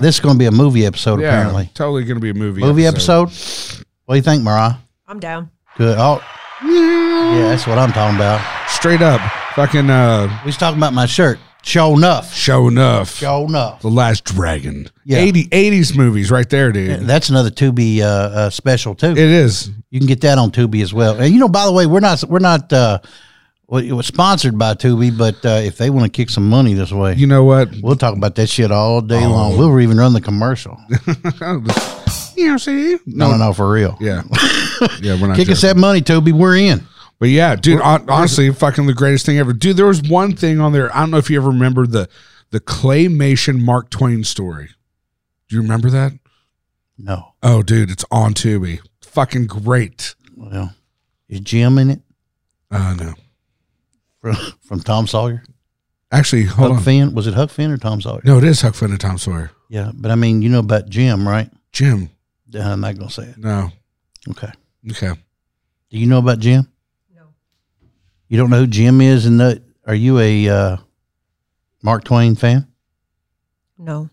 This is going to be a movie episode, Yeah, apparently. totally going to be a movie Movie episode. What do you think, Mariah? I'm down. Good. Oh, yeah, that's what I'm talking about. Straight up, fucking uh, We was talking about my shirt. Show enough. show enough. Show enough. The Last Dragon. Yeah. 80, 80s movies right there, dude. That's another Tubi uh, uh, special too. It is. you can get that on Tubi as well. And you know, by the way, we're not we're not uh, we- we're sponsored by Tubi, but uh, if they want to kick some money this way, You know what? we'll talk about that shit all day long. We'll even run the commercial. You know, see? No, no, no, for real. Yeah. Yeah, we're not. Kick joking. us that money, Tubi. We're in. But yeah, dude, hon- honestly, fucking the greatest thing ever. Dude, there was one thing on there. I don't know if you ever remember the the claymation Mark Twain story. Do you remember that? No, Oh, dude, it's on Tubi. Fucking great. well, is Jim in it Uh no. from, from Tom Sawyer? Actually, hold Huck on. Finn was it Huck Finn or Tom Sawyer? No, it is Huck Finn and Tom Sawyer. Yeah, but I mean, you know about Jim, right? Jim. Uh, I'm not gonna say it. No. Okay. Okay. Do you know about Jim? No. You don't know who Jim is, and the, are you a uh, Mark Twain fan? No.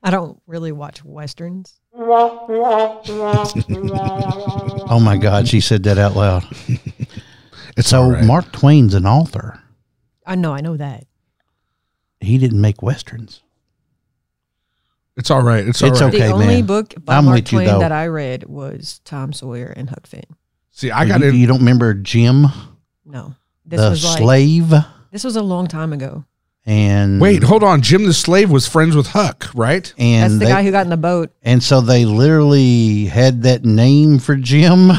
I don't really watch westerns. Oh my God, she said that out loud. It's so all right. Mark Twain's an author. I know, I know that. He didn't make westerns. It's all right. It's all It's right. Okay, the only man. book by I'm Mark with you, Twain though. that I read was Tom Sawyer and Huck Finn. See, I got you, in. you don't remember Jim, No, this the was like slave, this was a long time ago. and Wait, hold on. Jim the Slave was friends with Huck, right? and That's the they- guy who got in the boat. and so they literally had that name for Jim,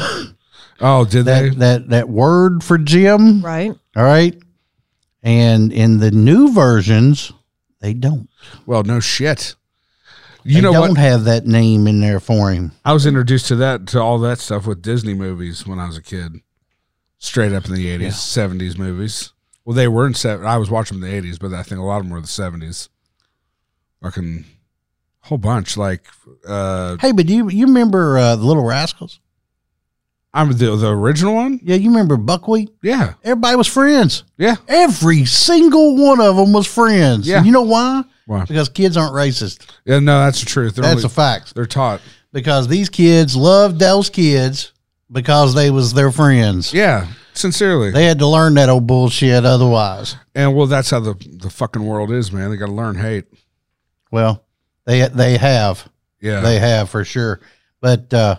Oh, did they? that that that word for Jim. Right? All right, and in the new versions, they don't. Well, no shit. They You know don't what? have that name in there for him. I was introduced to that to all that stuff with Disney movies when I was a kid. Straight up in the eighties, seventies movies. Well, they were in seven. I was watching them in the eighties, but I think a lot of them were the seventies. Fucking whole bunch. Like uh Hey, but you you remember uh, the Little Rascals? I'm the the original one. Yeah, you remember Buckwheat? Yeah, Everybody was friends. yeah. Every single one of them was friends. Yeah. And you know why? Why? Because kids aren't racist. Yeah, no, that's the truth. They're That's only- a fact. They're taught. Because these kids loved those kids because they was their friends. Yeah, sincerely. They had to learn that old bullshit otherwise. and well, that's how the the fucking world is, man. They got to learn hate. Well, they they have. Yeah. They have for sure. But uh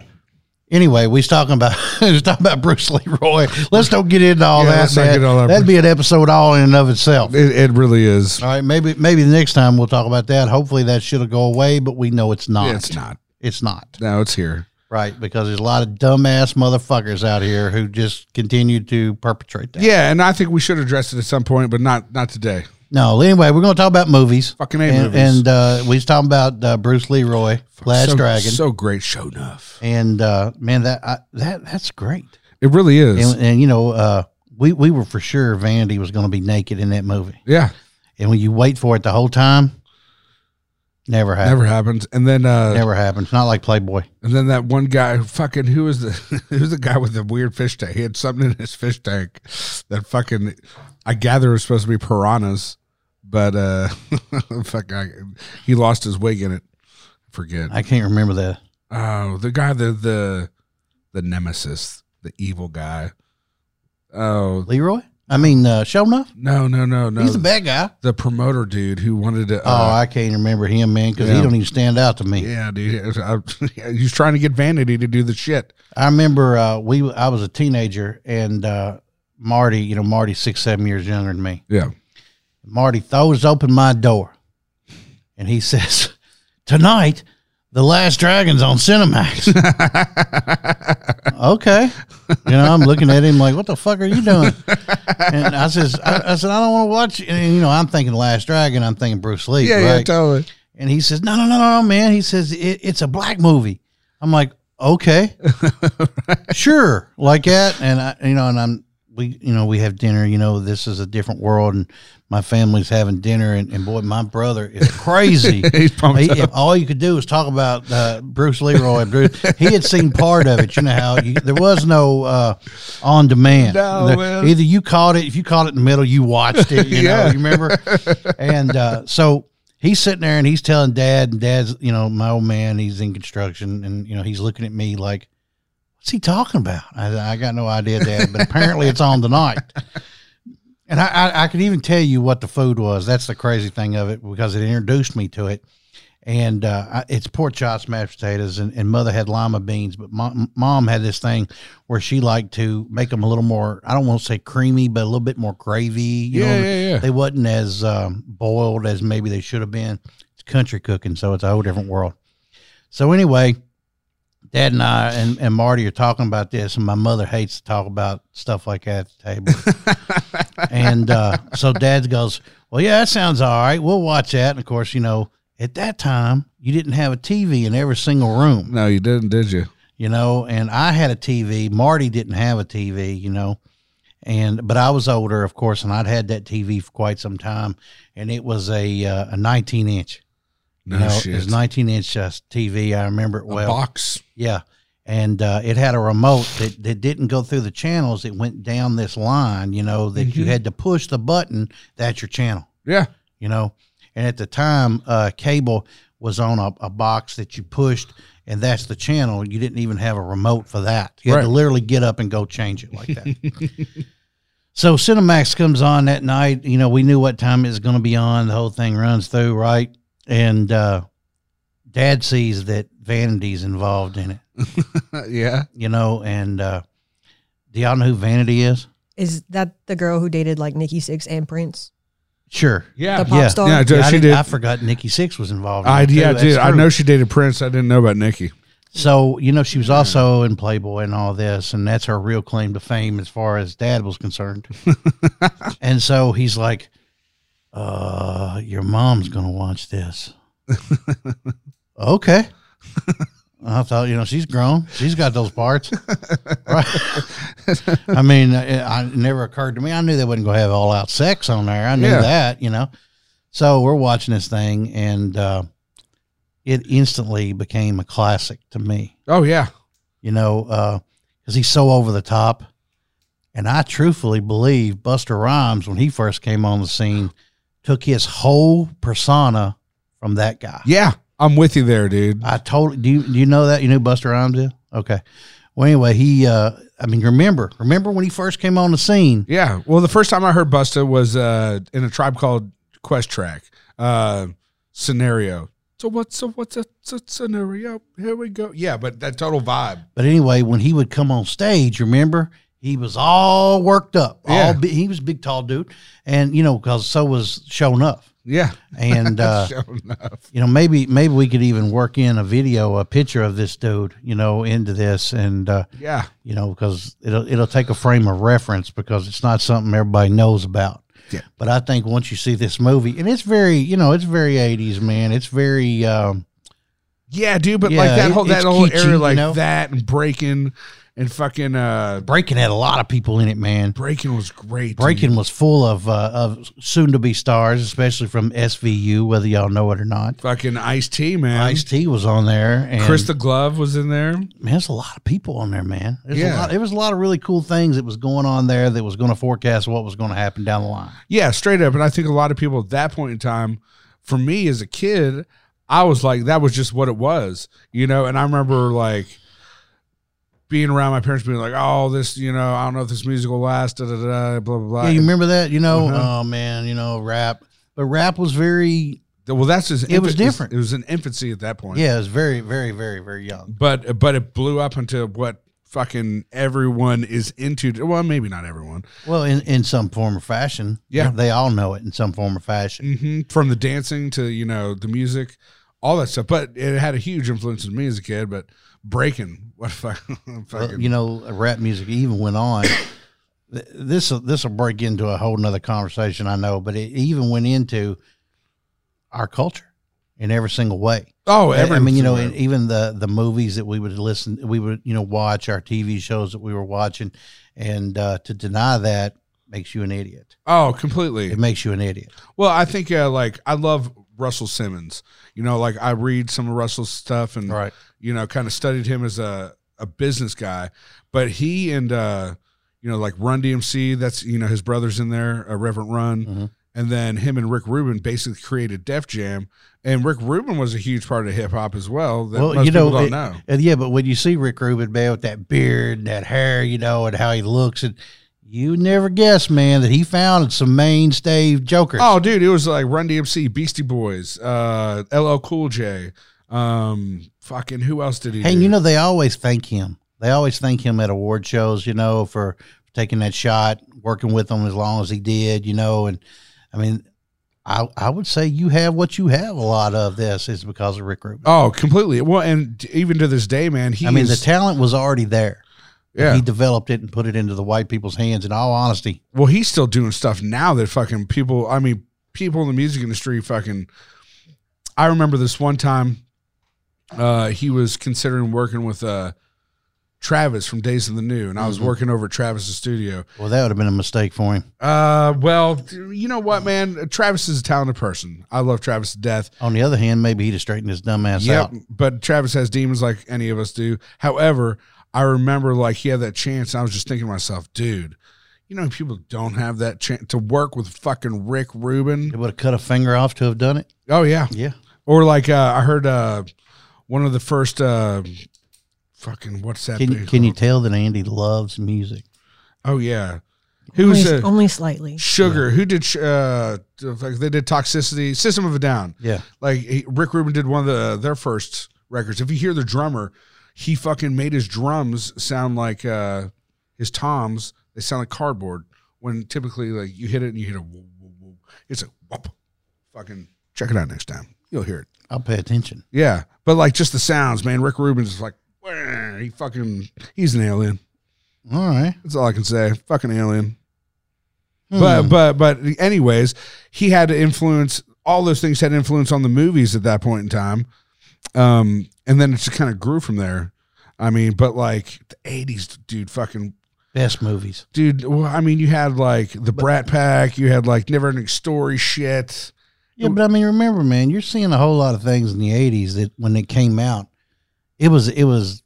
anyway, we was talking about we was talking about Bruce Leroy. Let's don't get into all Yeah, that. let's not man. get all that- That'd be an episode all in and of itself. it, it really is. All right, maybe maybe the next time we'll talk about that. Hopefully that shit'll go away, but we know it's not. Yeah, it's not. It's not No, it's here. right because there's a lot of dumbass motherfuckers out here who just continue to perpetrate that. Yeah, and I think we should address it at some point, but not not today. No, anyway, we're going to talk about movies. Fucking A And, movies. and uh, we was talking about uh, Bruce Leroy, Last so, Dragon, So great show enough. and uh, man, that I, that that's great. It really is. And, and you know, uh, we we were for sure Vanity was going to be naked in that movie, yeah. and when you wait for it the whole time, never happened. Never happens. And then uh Never, happens. Not like Playboy. and then that one guy fucking who was the who's the guy with the weird fish tank? He had something in his fish tank that fucking I gather is supposed to be piranhas, but uh fuck I, he lost his wig in it. Forget. I can't remember that. oh, the guy the the the nemesis, the evil guy. Oh Leroy? I mean, uh, show enough. no no no no He's the bad guy. the promoter dude who wanted to. oh, Uh, I can't remember him, man, because he Yeah. don't even stand out to me. yeah, dude. It was- I, he was trying to get Vanity to do the shit. I remember uh, we. I was a teenager, and uh, Marty, you know, Marty's six, seven years younger than me. Yeah. Marty throws open my door, and he says, "Tonight, The Last Dragon's on Cinemax." okay, you know, I'm looking at him like, "What the fuck are you doing?" And I says, "I, I said I don't want to watch." it." And you know, I'm thinking Last Dragon. I'm thinking Bruce Lee. Yeah, yeah, right? totally. And he says, No, no, no, no, no, man. He says, it, It's a black movie. I'm like, Okay, sure, like that. And I, you know, and I'm, we, you know, we have dinner. You know, this is a different world, and my family's having dinner. And, and boy, my brother is crazy. He's pumped He- if all you could do was talk about uh, Bruce Leroy. and Bruce, he had seen part of it. You know how you, there was no uh, on demand. No, There- man. Either you caught it, if you caught it in the middle, you watched it. You Yeah. know, you remember. and uh, so he's sitting there and he's telling dad, and dad's, you know, my old man, he's in construction and, you know, he's looking at me like, what's he talking about? I, said, I got no idea, dad, but apparently it's on tonight. And I, I, I could even tell you what the food was. That's the crazy thing of it because it introduced me to it. And uh, I, it's pork chops, mashed potatoes, and, and mother had lima beans. But mom, mom had this thing where she liked to make them a little more, I don't want to say creamy, but a little bit more gravy. You know, yeah, yeah, yeah. they wasn't as um, boiled as maybe they should have been. It's country cooking, so it's a whole different world. So anyway, Dad and I and, and Marty are talking about this, and my mother hates to talk about stuff like that at the table. and uh, so Dad goes, "Well, yeah, that sounds all right. We'll watch that." And of course, you know, at that time, you didn't have a TV in every single room no, you didn't, did you? you know and i had a tv marty didn't have a tv you know and but i was older of course and i'd had that tv for quite some time and it was a uh, a 19 inch No you know it shit. was 19 inch uh, tv i remember it a well box. yeah and uh, it had a remote that, that didn't go through the channels it went down this line you know that you Mhm. had to push the button that's your channel Yeah. you know and at the time uh, cable was on a, a box that you pushed and that's the channel you didn't even have a remote for that you had to Right. literally get up and go change it like that so cinemax comes on that night you know we knew what time it was going to be on the whole thing runs through right and uh, dad sees that vanity's involved in it yeah. you know and uh, do y'all know who vanity is Is that the girl who dated like Nikki Six and Prince? sure Yeah. The pop yeah. star? Yeah, I do- Yeah, I, she didn't- did. I forgot nikki six was involved in I, it, yeah, too. dude. That's I true. know she dated Prince. I didn't know about Nikki. So, you know, she was also in Playboy and all this, and that's her real claim to fame as far as dad was concerned. and so he's like, uh, your mom's going to watch this. okay. I thought, you know, she's grown. She's got those parts. Right? I mean, it, I, it never occurred to me. I knew they wasn't going to have all out sex on there. I knew Yeah. that, you know. So we're watching this thing, and uh, it instantly became a classic to me Oh yeah. you know, because he's so over the top. And I truthfully believe Buster Rhymes, when he first came on the scene, took his whole persona from that guy. Yeah. I'm with you there, dude. I totally do. You, do you know that you knew Buster Rhymes? Did okay. Well, anyway, he. Uh, I mean, remember, remember when he first came on the scene? Yeah. Well, the first time I heard Busta was uh, in a tribe called Quest Track uh, scenario. So what's a, what's a, it's a scenario? Here we go. Yeah, but that total vibe. But anyway, when he would come on stage, remember he was all worked up. Yeah. All bi- he was a big, tall dude, and you know, because so was Shown Up, Yeah. and uh, Sure enough. you know maybe maybe we could even work in a video a picture of this dude you know into this and uh, Yeah. you know because it'll it'll take a frame of reference because it's not something everybody knows about Yeah. but i think once you see this movie and it's very you know it's very 80s man it's very um Yeah, dude. But Yeah, like that it- whole that it's whole kitschy, era, you like know? that and breaking and fucking uh, breaking had a lot of people in it man breaking was great. breaking dude. was full of uh, of soon to be stars especially from svu whether y'all know it or not fucking Ice T, man. ice t was on there and Chris the Glove was in there. man, there's a lot of people on there, man. There's a Yeah. lot, there was a lot of really cool things that was going on there that was going to forecast what was going to happen down the line. Yeah, straight up. And I think a lot of people at that point in time, for me as a kid, I was like, that was just what it was, you know? And I remember like being around my parents being like, oh, this, you know, I don't know if this music will last, da da da, blah, blah, blah. yeah, you remember that? You know, Uh-huh. oh man, you know, rap. But rap was very, well, that's just, It was different. It was an infancy at that point. yeah, it was very, very, very, very young. But, but it blew up into what fucking everyone is into. Well, maybe not everyone. Well, in, in some form or fashion. Yeah. They all know it in some form or fashion. hmm From the dancing to, you know, the music, all that stuff. But it had a huge influence on me as a kid, but breaking, what a fucking, Well, fucking you know, rap music even went on. th- this this will break into a whole nother conversation, I know, but it even went into our culture in every single way. Oh, I- I mean, you know, everywhere. and even the the movies that we would listen, we would you know watch our TV shows that we were watching, and uh, to deny that makes you an idiot. oh, completely. It makes you an idiot. Well, I think uh, like I love Russell Simmons. You know, like I read some of Russell's stuff and you know kind of studied him as a a business guy, but he and uh, you know like Run DMC. That's you know his brothers in there, uh, Reverend Run. Mhm. And then him and Rick Rubin basically created Def Jam, and Rick Rubin was a huge part of hip hop as well. That Well, most you know, people don't it- know. And yeah, but when you see Rick Rubin, man, with that beard and that hair, you know, and how he looks, and you would never guess, man, that he founded some mainstay jokers. Oh, dude, it was like Run DMC, Beastie Boys, uh, LL Cool J, um, fucking who else did he? hey, do? you know, they always thank him. They always thank him at award shows, you know, for taking that shot, working with him as long as he did, you know. And I mean, I I would say you have what you have. A lot of this is because of Rick Rubin. Oh, completely. Well, and d- even to this day, man, he. I mean, the is, talent was already there. yeah. He developed it and put it into the white people's hands. In all honesty, well, he's still doing stuff now that fucking people. I mean, people in the music industry fucking. I remember this one time, uh, he was considering working with uh, Travis from Days of the New, and I was Mhm. working over at Travis's studio, well, that would have been a mistake for him. Uh, well, you know what, man? Travis is a talented person. I love Travis to death. On the other hand, maybe he'd have straightened his dumb ass out. but Travis has demons like any of us do. However, I remember like he had that chance, and I was just thinking to myself, dude, you know, people don't have that chance to work with fucking Rick It Rubin. would have cut a finger off to have done it. Oh yeah, Yeah. or like uh, I heard uh, one of the first uh, fucking what's that? Can band you, can you called? tell that Andy loves music? oh yeah, who's only, uh, only slightly. Sugar? Who did sh- uh, like they did Toxicity, System of a Down. Yeah. like he, Rick Rubin did one of the, their first records. If you hear the drummer, he fucking made his drums sound like uh, his toms. They sound like cardboard. When typically, like you hit it and you hit a, whoop, whoop, whoop. it's a whoop. Fucking check it out next time. You'll hear it. I'll pay attention. Yeah, but like just the sounds, man. Rick Rubin's just like "Wah," he fucking he's an alien. All right. That's all I can say. Fucking alien. Hmm. But but but anyways, he had to influence all those things had influence on the movies at that point in time. Um and then it just kind of grew from there. I mean, but like the 80s dude fucking best movies. dude, well, I mean, you had like the Brat Pack, you had like Never Ending Story shit. Yeah, but I mean, remember, man, you're seeing a whole lot of things in the '80s that when it came out, it was it was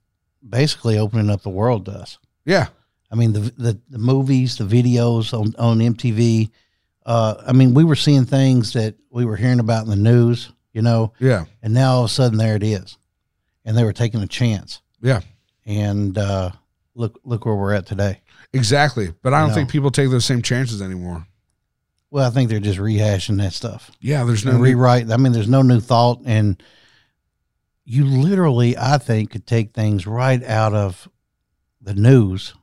basically opening up the world to us. Yeah. I mean, the the, the movies, the videos on on MTV. Uh, I mean, we were seeing things that we were hearing about in the news, you know, Yeah. and now all of a sudden there it is, and they were taking a chance. Yeah. and uh, look look where we're at today. Exactly. But I don't No. think people take those same chances anymore. Well, I think they're just rehashing that stuff. Yeah, there's no and rewrite. I mean, there's no new thought, and you literally, I think, could take things right out of the news.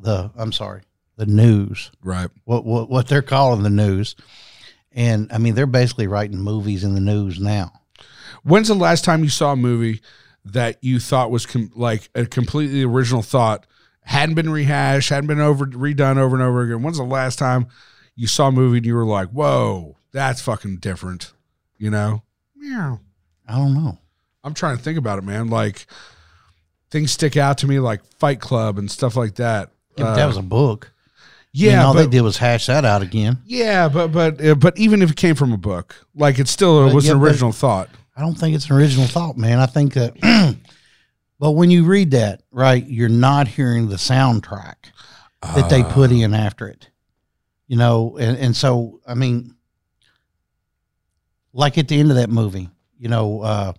The I'm sorry, the news. right. What what what they're calling the news, and I mean, they're basically writing movies in the news now. When's the last time you saw a movie that you thought was com- like a completely original thought, hadn't been rehashed, hadn't been over redone over and over again? When's the last time you saw a movie and you were like, "Whoa, that's fucking different," you know? Yeah. I don't know. I'm trying to think about it, man. Like things stick out to me, like Fight Club and stuff like that. Yeah, but that Uh, was a book. I mean, yeah, all but, they did was hash that out again. yeah, but but uh, but even if it came from a book, like it still But, was yeah, an but- original thought. I don't think it's an original thought, man. I think that. But when you read that, right, you're not hearing the soundtrack. that Uh, they put in after it. You know, and, and so I mean like at the end of that movie, you know, uh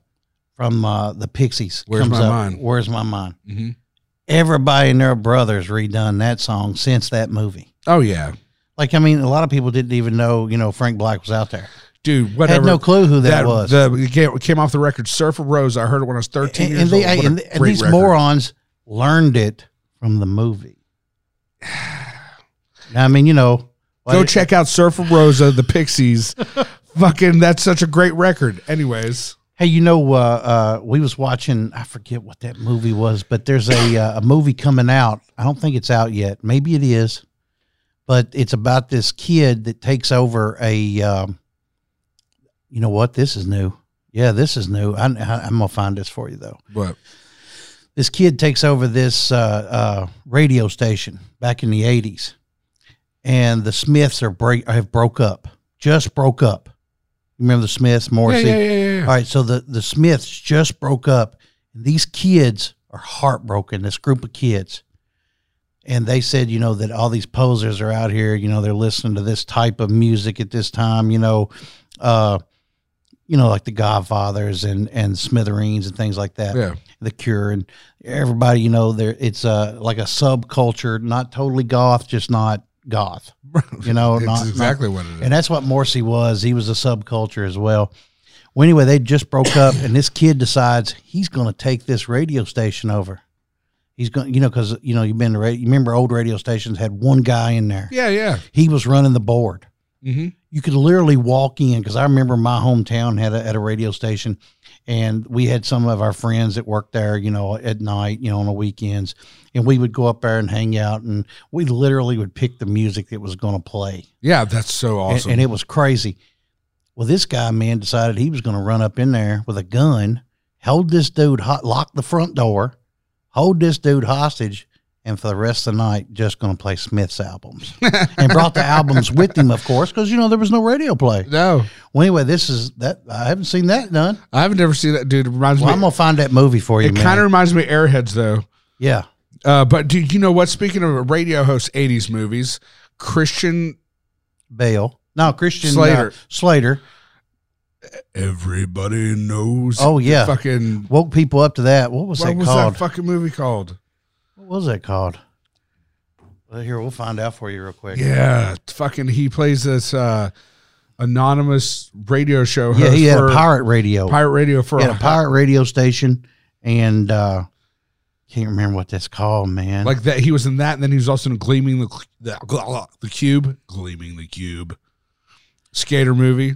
from uh the Pixies Where's My up, Mind? Where's My Mind? Mhm. Everybody and their brothers redone that song since that movie. Oh yeah, Like I mean a lot of people didn't even know, you know, Frank Black was out there. dude. Whatever. Had no clue who that, was. The, it came, it came off the record Surfer Rose. I heard it when I was 13 and, years and they, old. What a and, and great these record. morons learned it from the movie. Now, I mean, you know, Go like- check out Surfer Rosa, the Pixies. Fucking, that's such a great record. Anyways, Hey, you know, uh, uh, we was watching. I forget what that movie was, but there's a uh, a movie coming out. I don't think it's out yet. Maybe it is, but it's about this kid that takes over a. Um, you know what? This is new. Yeah, this is new. I, I, I'm gonna find this for you though. but This kid takes over this uh, uh, radio station back in the '80s, and the Smiths are break have broke up. Just broke up. Remember the Smiths, yeah, Morrissey. yeah, yeah, yeah, yeah. All right, so the the Smiths just broke up, and these kids are heartbroken. This group of kids, and they said, you know, that all these posers are out here, you know, they're listening to this type of music at this time, you know, uh, you know, like the Godfathers and and Smithereens and things like that, Yeah. the Cure and everybody, you know, there it's uh like a subculture, not totally goth, just not goth, you know, It's not not- exactly what it is. Oh, and that's what Morrissey was. He was a subculture as well. Well, anyway, they just broke up, and this kid decides he's going to take this radio station over. He's going, you know, because you know you've been to radio. You remember old radio stations had one guy in there. Yeah, yeah. He was running the board. hmm You could literally walk in because I remember my hometown had a, had a radio station, and we had some of our friends that worked there. You know, at night, you know, on the weekends, and we would go up there and hang out, and we literally would pick the music that was going to play Yeah, that's so and- awesome. and, it was crazy. Well, this guy man decided he was going to run up in there with a gun, hold this dude, hot, lock the front door, hold this dude hostage, and for the rest of the night, just going to play Smith's albums. and brought the albums with him, of course, because you know there was no radio play. no, Well, anyway, this is that I haven't seen that done. I've never seen that dude. It reminds Well, I'm me. gonna find that movie for you, It man. kind of reminds me of Airheads though. yeah, Uh, but do you know what? Speaking of radio host '80s movies, Christian Bale. No, Christian uh, Slater. Slater. Everybody knows. Oh yeah, fucking. woke people up to that. What was what that was called? that fucking movie called? What was that called? Well, here we'll find out for you real quick. Yeah, fucking. He plays this uh, anonymous radio show host. Yeah, he had a for- pirate radio. pirate radio for he had a a pirate radio station, and uh can't remember what that's called, man. like that. He was in that, and then he was also in Gleaming the the, the Cube, Gleaming the Cube, skater movie.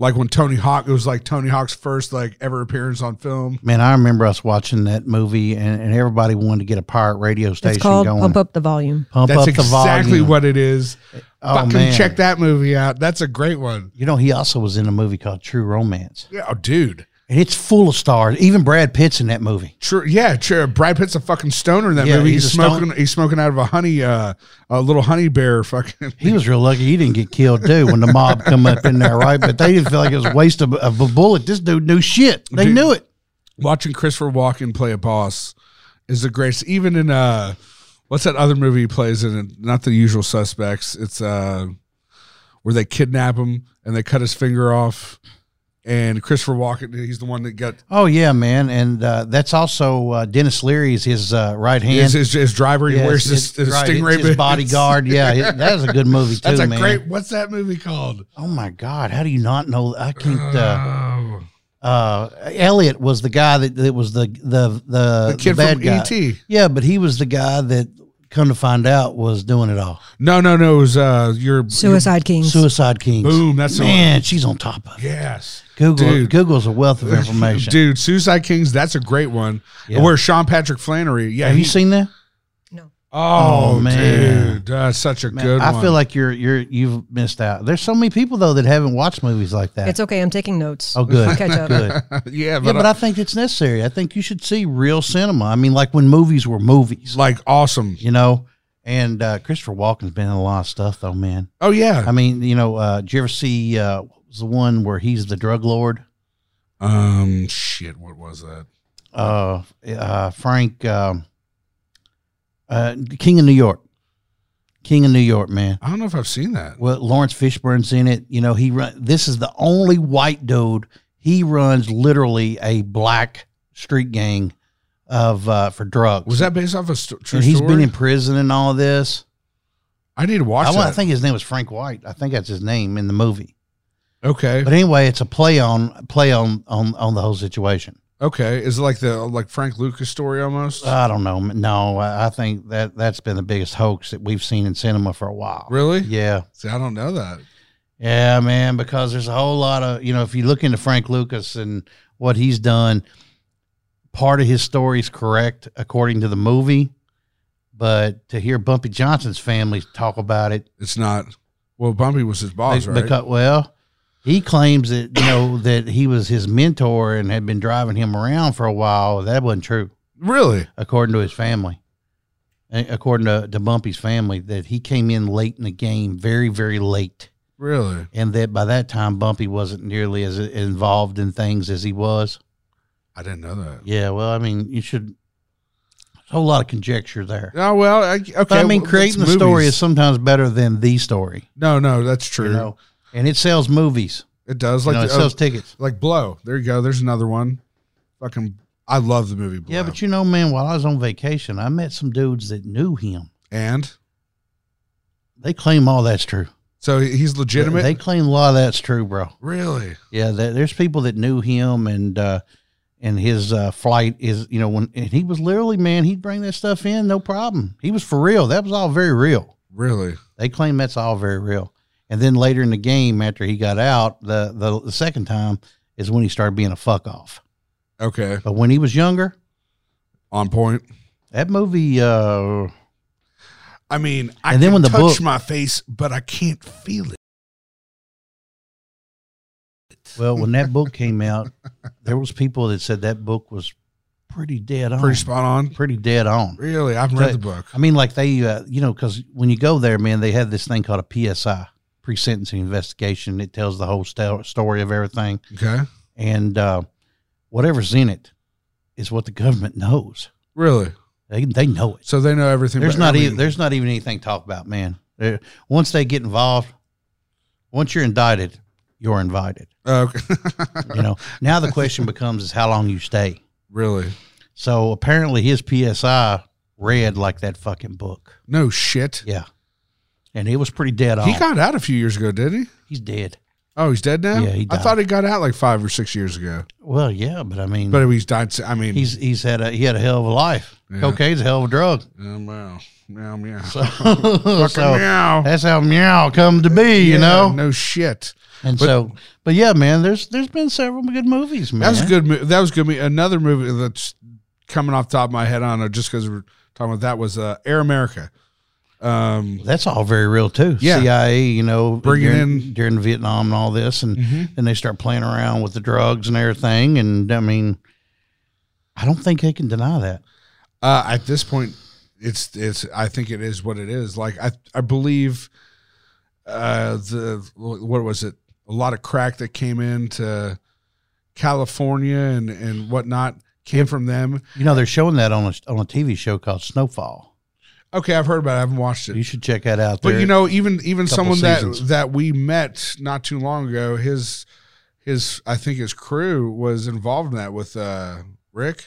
Like when Tony Hawk, it was like Tony Hawk's first like ever appearance on film. man, I remember us watching that movie, and, and everybody wanted to get a pirate radio station It's called going. Pump Up the Volume. Pump That's up exactly the volume. what it is. oh, Fucking man. check that movie out. That's a great one. You know, he also was in a movie called True Romance, Yeah, oh, dude. and it's full of stars. Even Brad Pitt's in that movie. True. Yeah, true. Brad Pitt's a fucking stoner in that Yeah, movie. He's, he's a smoking. He's smoking out of a honey, uh, a little honey bear. Fucking. He was real lucky he didn't get killed too when the mob come up in there, right? But they didn't feel like it was a waste of, of a bullet. This dude knew shit. They Dude. knew it. Watching Christopher Walken play a boss is the greatest. Even in uh, what's that other movie he plays in? Not the Usual Suspects. It's uh, where they kidnap him and they cut his finger off. And Christopher Walken, he's the one that got Oh yeah, man, and uh, that's also uh, Dennis Leary's his uh, right hand. his, his, his driver. He Yes, wears it's- his, his right, it's stingray. his boots. bodyguard. Yeah, it- that was a good movie too, That's a man. great. What's that movie called? oh my God, how do you not know? I can't. Uh, Oh. uh, Elliot was the guy that, that was the the the, the kid the bad from E guy. ET. Yeah, but he was the guy that, come to find out, was doing it all. No, no, no. It was uh, your Suicide Kings. Suicide Kings. Boom, that's the one. man. She's on top of it. your- yes, Google. Dude. Google's a wealth of information. dude. Suicide Kings. That's a great one. Yeah. Where Sean Patrick Flannery. Yeah, Have you he- seen that? Oh, Oh, man. dude, that's such a Man, good. I one. feel like you're you're you've missed out. There's so many people though that haven't watched movies like that. It's okay. I'm taking notes. oh, good, Catch up. good. yeah, but, Yeah, but uh, I think it's necessary. I think you should see real cinema. I mean, like when movies were movies, uh, like awesome. you know. And uh, Christopher Walken's been in a lot of stuff though, man. Oh yeah. I mean, you know, uh, did you ever see uh, what was the one where he's the drug lord? Um, shit. What was that? Uh, uh, Frank, um, uh, King of New York, King of New York, man. I don't know if I've seen that. Well, Lawrence Fishburne's in it. You know, he run. This is the only white dude. He runs literally a black street gang of uh, for drugs. Was that based off a sto- true and he's story? been in prison and all this. I need to watch I, wa- I that. think his name was Frank White. I think that's his name in the movie. okay, But anyway, it's a play on play on on, on the whole situation. okay. Is it like the like Frank Lucas story almost? I don't know. No, I I think that that's been the biggest hoax that we've seen in cinema for a while. really? Yeah. See, I don't know that. Yeah, man, because there's a whole lot of, you know, if you look into Frank Lucas and what he's done, part of his story is correct according to the movie. But to hear Bumpy Johnson's family talk about it, It's not. Well, Bumpy was his boss, Be- right? Because well, he claims that you know that he was his mentor and had been driving him around for a while. That wasn't true, really? according to his family, A- according to, to Bumpy's family, that he came in late in the game, very very late, Really? and that by that time Bumpy wasn't nearly as involved in things as he was. I didn't know that. Yeah, well, I mean, you should. a whole lot of conjecture there. Oh well, I, okay. But I mean, well, creating the that's story movies. is sometimes better than the story, no, no, that's true. you know. And it sells movies. It does You like know, it the- oh, sells tickets. like Blow. There you go. There's another one. Fucking, I love the movie Blow. Yeah, but you know, man, while I was on vacation, I met some dudes that knew him. and They claim all that's true. so he's legitimate. They claim a lot of that's true, bro. really? Yeah, there- there's people that knew him and uh and his uh flight is you know when and he was literally man he'd bring that stuff in no problem. He was for real. That was all very real. Really? They claim that's all very real. And then later in the game after he got out the the, the second time is when he started being a fuck off. Okay. But when he was younger, On point. that movie uh I mean, I And then can when the touch book- my face, but I can't feel it. well when that book came out there was people that said that book was pretty dead on. Pretty spot on. pretty dead on. Really? I've Tell- read the book. I mean, like they, uh, you know, because when you go there, man, they have this thing called a PSI, pre sentencing investigation. It tells the whole st- story of everything. Okay. And uh, whatever's in it is what the government knows. Really? They, they know it. So they know everything. There's not about- e I even mean, there's not even anything to talk about, man. There- once they get involved, once you're indicted, you're invited. oh, okay. You know. now the question becomes is how long you stay. really? So apparently his PSI read like that fucking book. No shit. Yeah. And it was pretty dead on. He got out a few years ago, didn't he? He's dead. Oh, he's dead now. Yeah, he I died. thought he got out like five or six years ago, Well, yeah, but I mean, but he's died. I mean, he's he's had a he had a hell of a life. Yeah. Cocaine's a hell of a drug. oh, meow, meow, meow, So, Fucking so meow. that's how meow come to be, you Yeah, know. no shit. and but- so, but yeah, man, there's there's been several good movies, man. That was a good. mo- That was a good. mo- Another movie that's coming off the top of my head on it, just because we're talking about that was uh, Air America. Um, That's all very real too. Yeah. CIA, you know, Bringing during, in- during Vietnam and all this, and then they start playing around with the drugs and everything. And I mean, I don't think they can deny that. Uh, at this point, it's it's. I think it is what it is. Like I I believe, uh, the what was it? A lot of crack that came into California and and whatnot came from them. You know, they're showing that on a on a TV show called Snowfall. Okay, I've heard about. it. I haven't watched You it. should check that out. But There- you know, even even couple someone that seasons. that we met not too long ago, his his I think his crew was involved in that with uh Rick.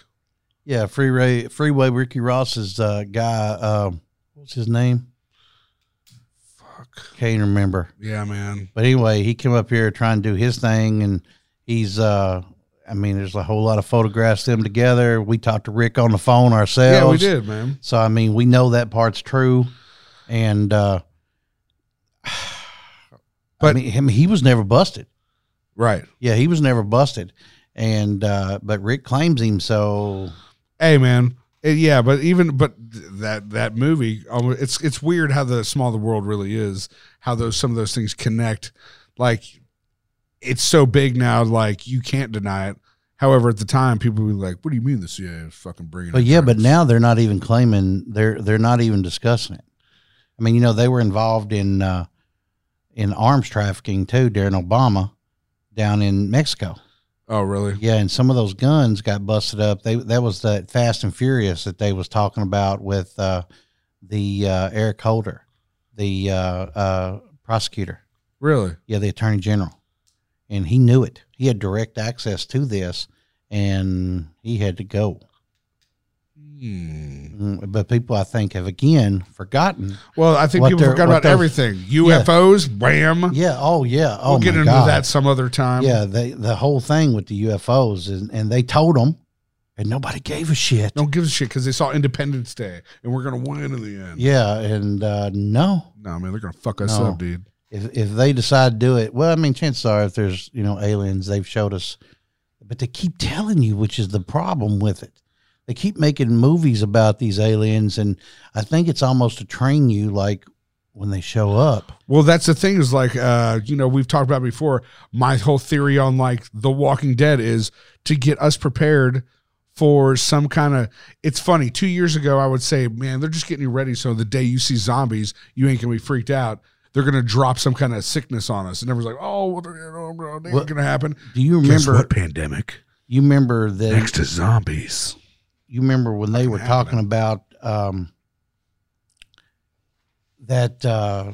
Yeah, freeway freeway Ricky Ross's uh, guy. Um, what's his name? Fuck. Can't even remember. Yeah, man. But anyway, he came up here trying to do his thing, and he's. Uh, I mean, there's a whole lot of photographs of them together. We talked to Rick on the phone ourselves. Yeah, we did, man. So I mean, we know that part's true, and. Uh, But- I mean, him, he was never busted. Right. Yeah, he was never busted, and uh, but Rick claims him. So Hey, man. Eh, yeah, but even but th- that that movie, um, it's it's weird how the small the world really is. How those some of those things connect. Like it's so big now, like you can't deny it. However, at the time, people would be like, "What do you mean the CIA is fucking bringing?" But in yeah, but drugs?" now they're not even claiming they're they're not even discussing it. I mean, you know, they were involved in uh, in arms trafficking too during Obama down in Mexico. Oh, really? Yeah, and some of those guns got busted up. They that was that Fast and Furious that they was talking about with uh, the uh, Eric Holder, the uh, uh, prosecutor. Really? Yeah, the attorney general, and he knew it. He had direct access to this, and he had to go. Hmm. Mm, but people I think have again forgotten. Well, I think What people they're- forgot what about they're- everything. UFOs, wham. Yeah. Oh yeah. Oh we'll get my into God. that some other time. Yeah. They, the whole thing with the UFOs and, and they told them, and nobody gave a shit. Don't give a shit because they saw Independence Day and we're gonna win in the end. Yeah, and uh, no, No, man, they're gonna fuck us No. up, dude. if if they decide to do it, well, I mean, chances are if there's you know aliens, they've showed us, but they keep telling you, which is the problem with it. They keep making movies about these aliens, and I think it's almost to train you, like when they show up. Well, that's the thing is like, uh, you know, we've talked about before. My whole theory on like The Walking Dead is to get us prepared for some kind of. It's funny. Two years ago, I would say, man, they're just getting you ready. So the day you see zombies, you ain't gonna be freaked out. They're gonna drop some kind of sickness on us, and everyone's like, "Oh, well, they're- they're What- ain't gonna happen." Do you Guess remember? what pandemic? You remember that Next to zombies. you remember when they were Fucking talking about um, that? Uh,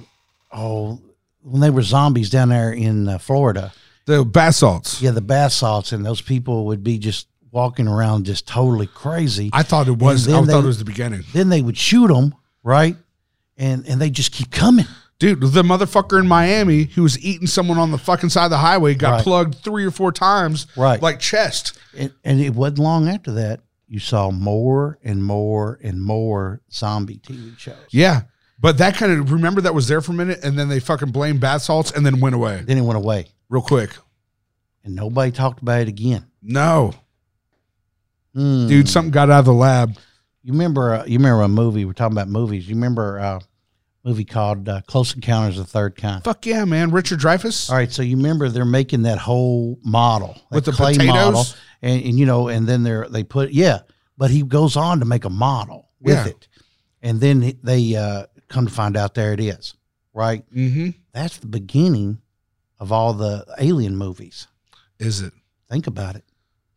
oh, when they were zombies down there in uh, Florida, The basalts. yeah, the bath salts and those people would be just walking around just totally crazy. I thought it was. I then thought they- it was the beginning, then they would shoot them, right? And and they just keep coming. dude. The motherfucker in Miami who was eating someone on the fucking side of the highway got Right. plugged three or four times, Right. Like chest. And, and it wasn't long after that you saw more and more and more zombie TV shows. Yeah, but that kind of remember that was there for a minute, and then they fucking blamed bath salts, and then went away Then it went away, real quick. and nobody talked about it again. No, Mm. dude, something got out of the lab. you remember? Uh, you remember a movie? We're talking about movies. You remember uh, a movie called uh, Close Encounters of the Third Kind? Fuck yeah, man, Richard Dreyfus. All right, so you remember they're making that whole model that With the clay potatoes? model, and, and you know, and then they're they put yeah, but he goes on to make a model with Yeah. it, and then they uh, come to find out there it is right. Mm-hmm. That's the beginning of all the alien movies. Is it? Think about it.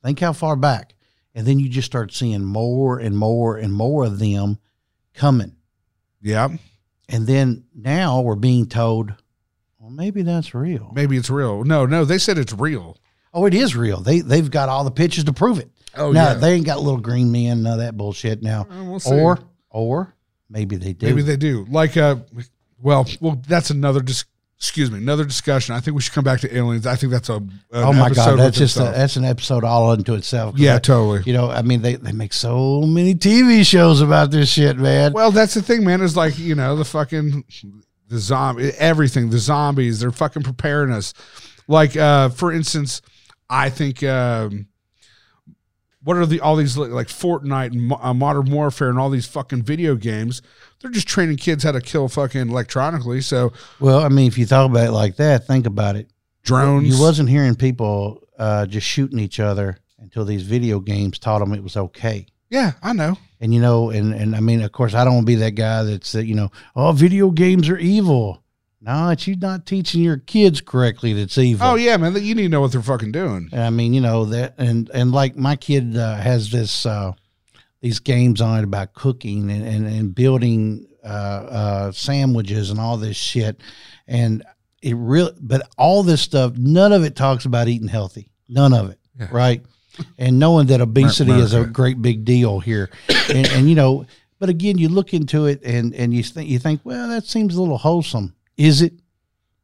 Think how far back, and then you just start seeing more and more and more of them coming. Yeah, And then now we're being told, well, maybe that's real. maybe it's real. No, no, they said it's real. Oh, it is real. They they've got all the pictures to prove it. Oh no, they ain't got little green men, none of that bullshit now. Uh, we'll see. Or or maybe they do. Maybe they do. Like, uh, well, well, that's another. Dis- excuse me, another discussion. I think we should come back to aliens. I think that's a. an oh my episode god, with that's just a, itself. that's an episode all unto itself. yeah, totally. You know, I mean they, they make so many TV shows about this shit, man. Well, that's the thing, man. Is like you know the fucking the zombie, everything. The zombies, they're fucking preparing us. Like uh, for instance, I think um, what are the all these li- like Fortnite and Mo- uh, Modern Warfare and all these fucking video games? They're just training kids how to kill fucking electronically. So Well, I mean if you thought about it like that, think about it. drones. You wasn't hearing people uh, just shooting each other until these video games taught them it was okay. yeah, I know. and you know and and i mean of course i don't want to be that guy that's that you know oh video games are evil no it's you not teaching your kids correctly that's evil Oh yeah, man. You need to know what they're fucking doing. and i mean you know that and and like my kid uh, has this uh these games on it about cooking and and, and building uh uh sandwiches and all this shit and it really but all this stuff none of it talks about eating healthy none of it Yeah. right and knowing that obesity is a America. great big deal here and, and you know but again you look into it and and you think you think well that seems a little wholesome is it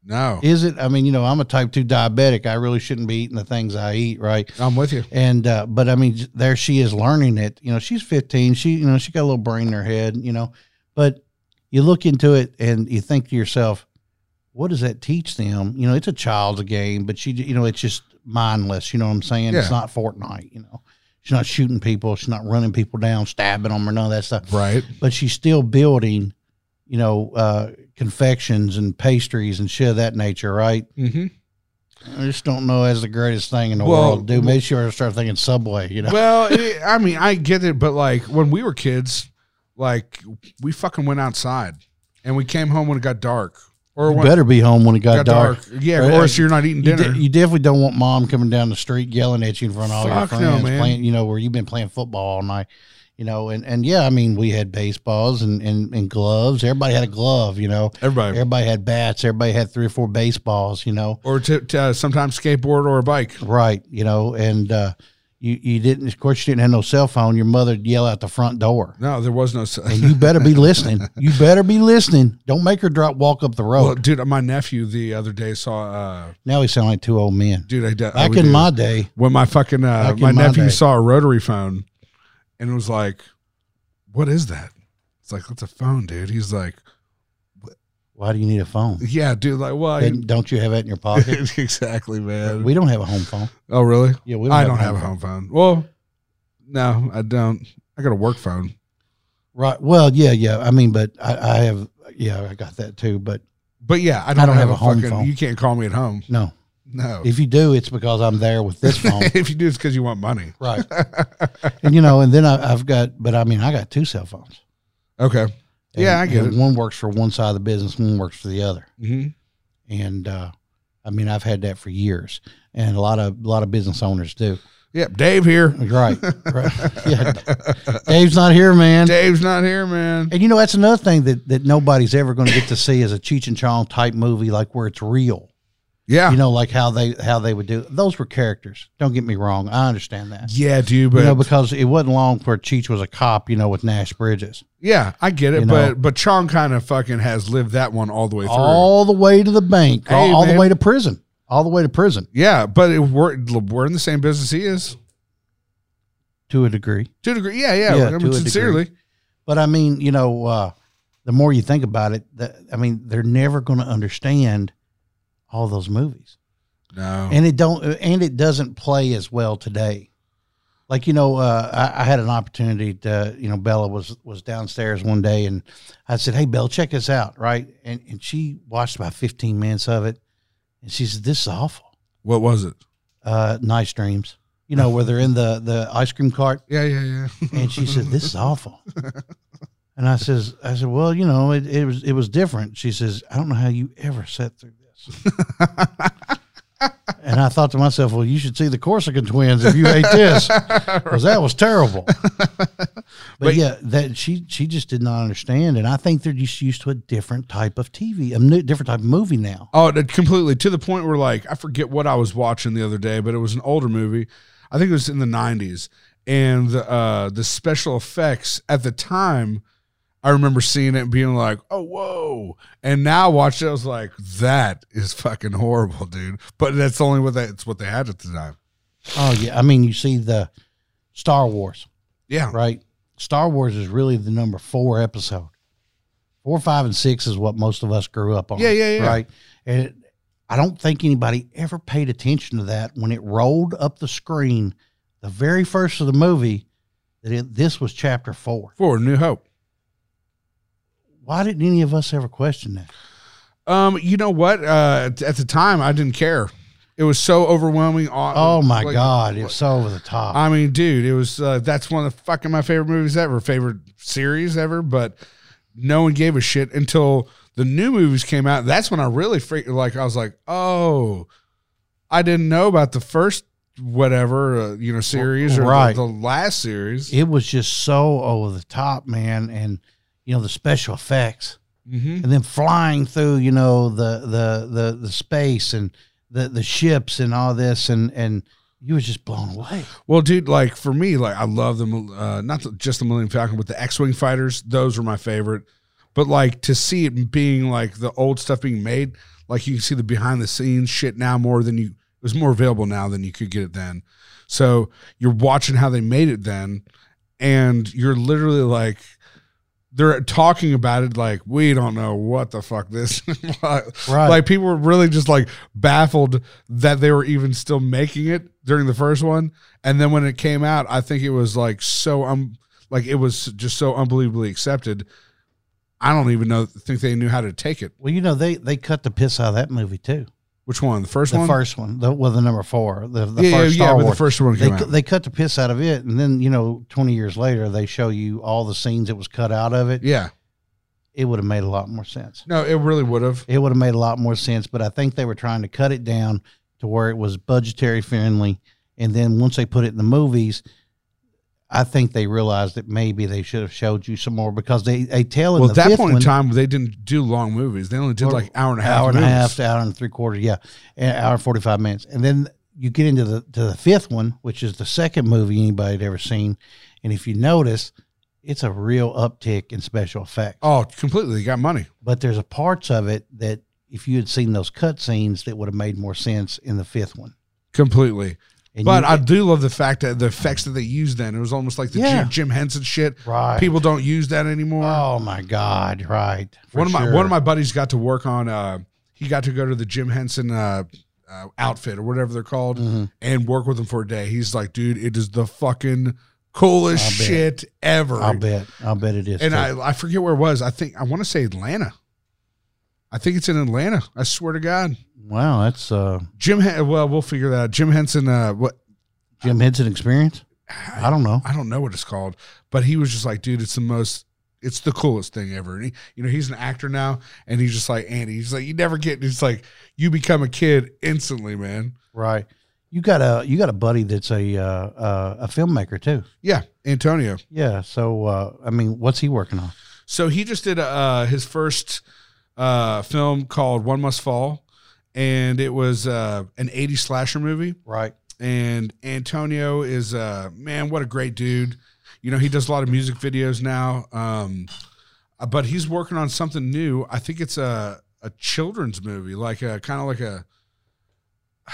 No, is it i mean you know i'm a type 2 diabetic i really shouldn't be eating the things i eat right I'm with you. and uh, but I mean, j- there she is learning it. You know, she's 15. She you know she got a little brain in her head. You know, but you look into it and you think to yourself, what does that teach them? You know, it's a child's game, but she j- you know it's just mindless. You know what I'm saying? Yeah. It's not Fortnite. You know, she's not shooting people. She's not running people down, stabbing them, or none of that stuff. Right. But she's still building, you know, uh, confections and pastries and shit of that nature, right? hmm I just don't know as the greatest thing in the Well, world, dude. Maybe she ought to start thinking Subway. You know. well, it, I mean, I get it, but like when we were kids, like we fucking went outside and we came home when it got dark, or You when better be home when it got, it got dark. dark. Yeah, Right, or I- so you're not eating You, dinner. de- you definitely don't want mom coming down the street yelling at you in front of all Fuck no, your friends, man. playing, you know, where you've been playing football all night. You know, and, and yeah, I mean, we had baseballs and, and, and gloves. Everybody had a glove, you know. Everybody, Everybody had bats. Everybody had three or four baseballs, you know. or to, to, uh, sometimes skateboard or a bike. Right, you know, and uh, you, you didn't, of course, you didn't have no cell phone. Your mother would yell out the front door. No, there was no. s- And you better be listening. You better be listening. Don't make her drop walk up the road. Well, dude, my nephew the other day saw. uh now we sound like two old men. Dude, I, de- I Back would in oh, do- my day, when my fucking uh, Back in my, my nephew day. saw a rotary phone, and it was like, "What is that?" It's like that's a phone, dude. He's like, why do you need a phone? "Yeah, dude. Like, well, I- Then don't you have it in your pocket? exactly, man. we don't have a home phone. oh, really? Yeah, we I don't have a home phone. Well, no, I don't. I got a work phone. Right. Well, yeah, yeah. I mean, but I, I have. Yeah, I got that too. But But yeah, I don't, have, a home fucking, phone. You can't call me at home. no, No. If, if you do, it's because I'm there with this phone. you do, it's because you want money. right. And you know, and then I, I've got. But I mean, I got two cell phones. Okay. And- Yeah, I get and it. One works for one side of the business. One works for the other. hmm And uh, I mean, I've had that for years, and a lot of a lot of business owners do. Yep, Dave here. Right. Right. Yeah. Dave's not here, man. Dave's not here, man. And you know, that's another thing that, that nobody's ever going to get to see is a Cheech and Chong type movie, like where it's real. Yeah. You know, like how they how they would do. Those were characters. Don't get me wrong. I understand that. yeah, dude, but you know, because it wasn't long before Cheech was a cop. You know, with Nash Bridges, yeah, I get it. you But know. but Chong kind of fucking has lived that one all the way through. all the way to the bank, all, Hey, all the man. way to prison, all the way to prison yeah, but it, we're we're in the same business he is to a degree. to a degree. Yeah, yeah. Yeah, I mean, to a degree. sincerely, But I mean, you know, uh, the more you think about it, the, I mean, they're never going to understand all those movies, no. and it don't, and it doesn't play as well today. Like you know, uh, I, I had an opportunity to, you know, Bella was was downstairs one day, and I said, "Hey, Bella, check this out," right? And and she watched about fifteen minutes of it, and she said, "This is awful." what was it? Uh, nice dreams, you know, where they're in the the ice cream cart. Yeah, yeah, yeah. And she said, "This is awful." And I says, "I said, well, you know, it, it was it was different." She says, "I don't know how you ever sat through this." and I thought to myself, "Well, you should see the Corsican twins if you ate this, because that was terrible." But, But- yeah, that she she just did not understand, and I think they're just used to a different type of TV, a new, different type of movie now. Oh, it- completely to the point where like I forget what I was watching the other day, but it was an older movie. I think it was in the '90s, and the, uh, the special effects at the time, I remember seeing it and being like, "Oh, whoa!" And now I watched it, I was like, "That is fucking horrible, dude." But that's only what they, it's what they had at the time. Oh yeah, I mean, you see the Star Wars. Yeah, right? Star Wars is really the number four episode. Four, five, and six is what most of us grew up on. Yeah, yeah, yeah. Right. And it, I don't think anybody ever paid attention to that when it rolled up the screen, the very first of the movie, that it, this was chapter four. for New Hope. Why didn't any of us ever question that? Um, you know what? Uh, at at the time, I didn't care. It was so overwhelming. Oh my like- God, it's so over the top. I mean, dude, it was uh, that's one of the fucking my favorite movies ever, favorite series ever. But no one gave a shit until the new movies came out. That's when I really freaked. Like I was like, oh, I didn't know about the first whatever uh, you know series or the- Right. the, last series. it was just so over the top, man. And, you know, the special effects. hmm and then flying through you know the the the, the space and the, the ships and all this and and you was just blown away Well, dude, like for me, like I love the mil- uh, not the, just the Millennium Falcon, but the X-wing fighters. Those were my favorite. But like to see it being like the old stuff being made, like you can see the behind the scenes shit now more than you it was more available now than you could get it then. So you're watching how they made it then, and you're literally like. They're talking about it like we don't know what the fuck this. Right. Like people were really just like baffled that they were even still making it during the first one, and then when it came out, I think it was like so um like it was just so unbelievably accepted. I don't even know think they knew how to take it. well you know they they cut the piss out of that movie too Which one? The first the one? first one the, well the number four the, the yeah, first yeah, Star yeah, but the Wars. first one they, came cu- out. they cut the piss out of it and then you know 20 years later they show you all the scenes that was cut out of it yeah. it would have made a lot more sense No, it really would have. it would have made a lot more sense but i think they were trying to cut it down to where it was budgetary friendly and then once they put it in the movies i think they realized that maybe they should have showed you some more because they, they tell in Well, the at that fifth point one, in time, they didn't do long movies. They only did Well, like hour and a half. hour and a movies. half to hour and three quarters yeah an hour and 45 minutes and then you get into the to the fifth one which is the second movie anybody had ever seen and if you notice it's a real uptick in special effects Oh, completely. They got money. but there's a parts of it that if you had seen those cut scenes that would have made more sense in the fifth one Completely. And But you- I do love the fact that the effects that they used then, it was almost like the Yeah. Jim, Jim Henson shit. Right. People don't use that anymore. oh my god, right? For one of my sure. one of my buddies got to work on uh he got to go to the Jim Henson uh, uh outfit or whatever they're called Mhm. and work with him for a day. He's like, dude, it is the fucking coolest I'll bet. shit ever. I'll bet. I'll bet it is. and too. I I forget where it was. I think I want to say Atlanta. I think it's in Atlanta. I swear to God. wow, that's uh, Jim Hen- well, we'll figure that out. Jim Henson uh what Jim Henson experience. I don't know. I don't know what it's called, but he was just like, dude, it's the most, it's the coolest thing ever. And he, you know, he's an actor now, and he's just like Andy. He's like, you never get. It's like you become a kid instantly, man. Right. You got a you got a buddy that's a uh, uh, a filmmaker too. Yeah, Antonio. Yeah. So uh, I mean, what's he working on? So he just did uh, his first uh, film called One Must Fall, and it was uh, an 80s slasher movie. Right. And Antonio is, uh, man, what a great dude. You know, he does a lot of music videos now, um, uh, but he's working on something new. I think it's a, a children's movie, like a kind of like a,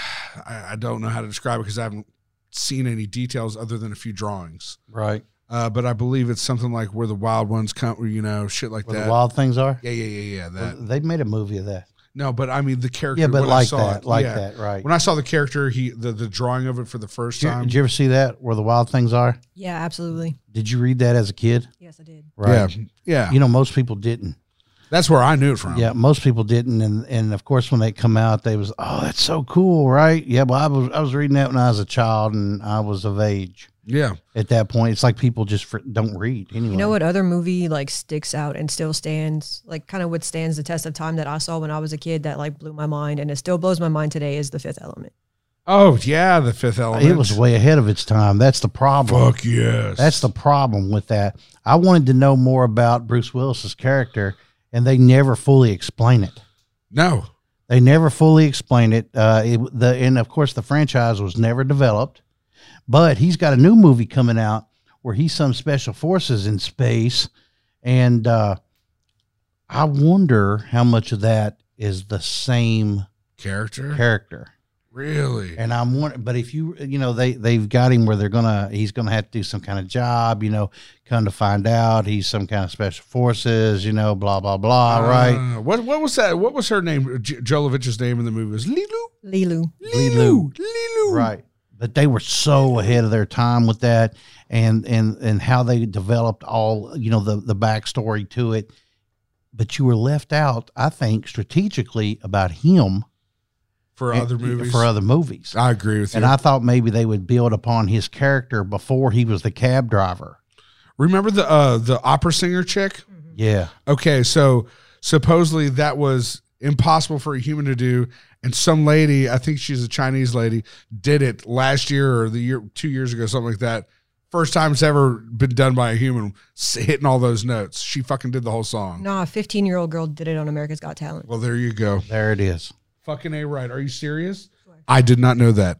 I, I don't know how to describe it because I haven't seen any details other than a few drawings. Right. Uh, but I believe it's something like where the wild ones come, or, you know, shit like Where that. the wild things are. yeah, yeah, yeah, yeah. That. They made a movie of that. No, but I mean the character. Yeah, but when I like saw that, it- like yeah. that, right? When I saw the character, he the, the drawing of it for the first Did you, time. did you ever see that where the wild things are? Yeah, absolutely. Did you read that as a kid? Yes, I did. Right. Yeah, yeah. You know, most people didn't. That's where I knew it from. Yeah, most people didn't, and and of course when they come out, they was oh that's so cool, right? Yeah, well I was I was reading that when I was a child and I was of age yeah. at that point. It's like people just fr- don't read anyway. You know what other movie like sticks out and still stands, like kind of withstands the test of time that I saw when I was a kid that like blew my mind and it still blows my mind today is The Fifth Element. Oh yeah, the Fifth Element. It was way ahead of its time. That's the problem. fuck yes. That's the problem with that. I wanted to know more about Bruce Willis's character, and they never fully explain it. no. They never fully explained it. Uh, it the and of course the franchise was never developed, but he's got a new movie coming out where he's some special forces in space, and uh, I wonder how much of that is the same Character. character. really. And I'm wondering, but if you you know they they've got him where they're gonna he's gonna have to do some kind of job. You know, come to find out he's some kind of special forces. You know, blah blah blah. right? Uh, what what was that? What was her name? J- Jolovich's name in the movie was Lilu. Lilu. Lilu. Lilu. Right. But they were so ahead of their time with that and and and how they developed all, you know, the the backstory to it. But you were left out, I think, strategically about him For other movies. For other movies. I agree with you. And I thought maybe they would build upon his character before he was the cab driver. Remember the uh the opera singer chick? Yeah. Okay, so supposedly that was impossible for a human to do, and some lady, I think she's a Chinese lady, did it last year or the year two years ago, something like that. First time it's ever been done by a human, s- hitting all those notes. She fucking did the whole song. Nah, a 15 year old girl did it on America's Got Talent. Well, there you go. There it is. Fucking a right. Are you serious? I did not know that.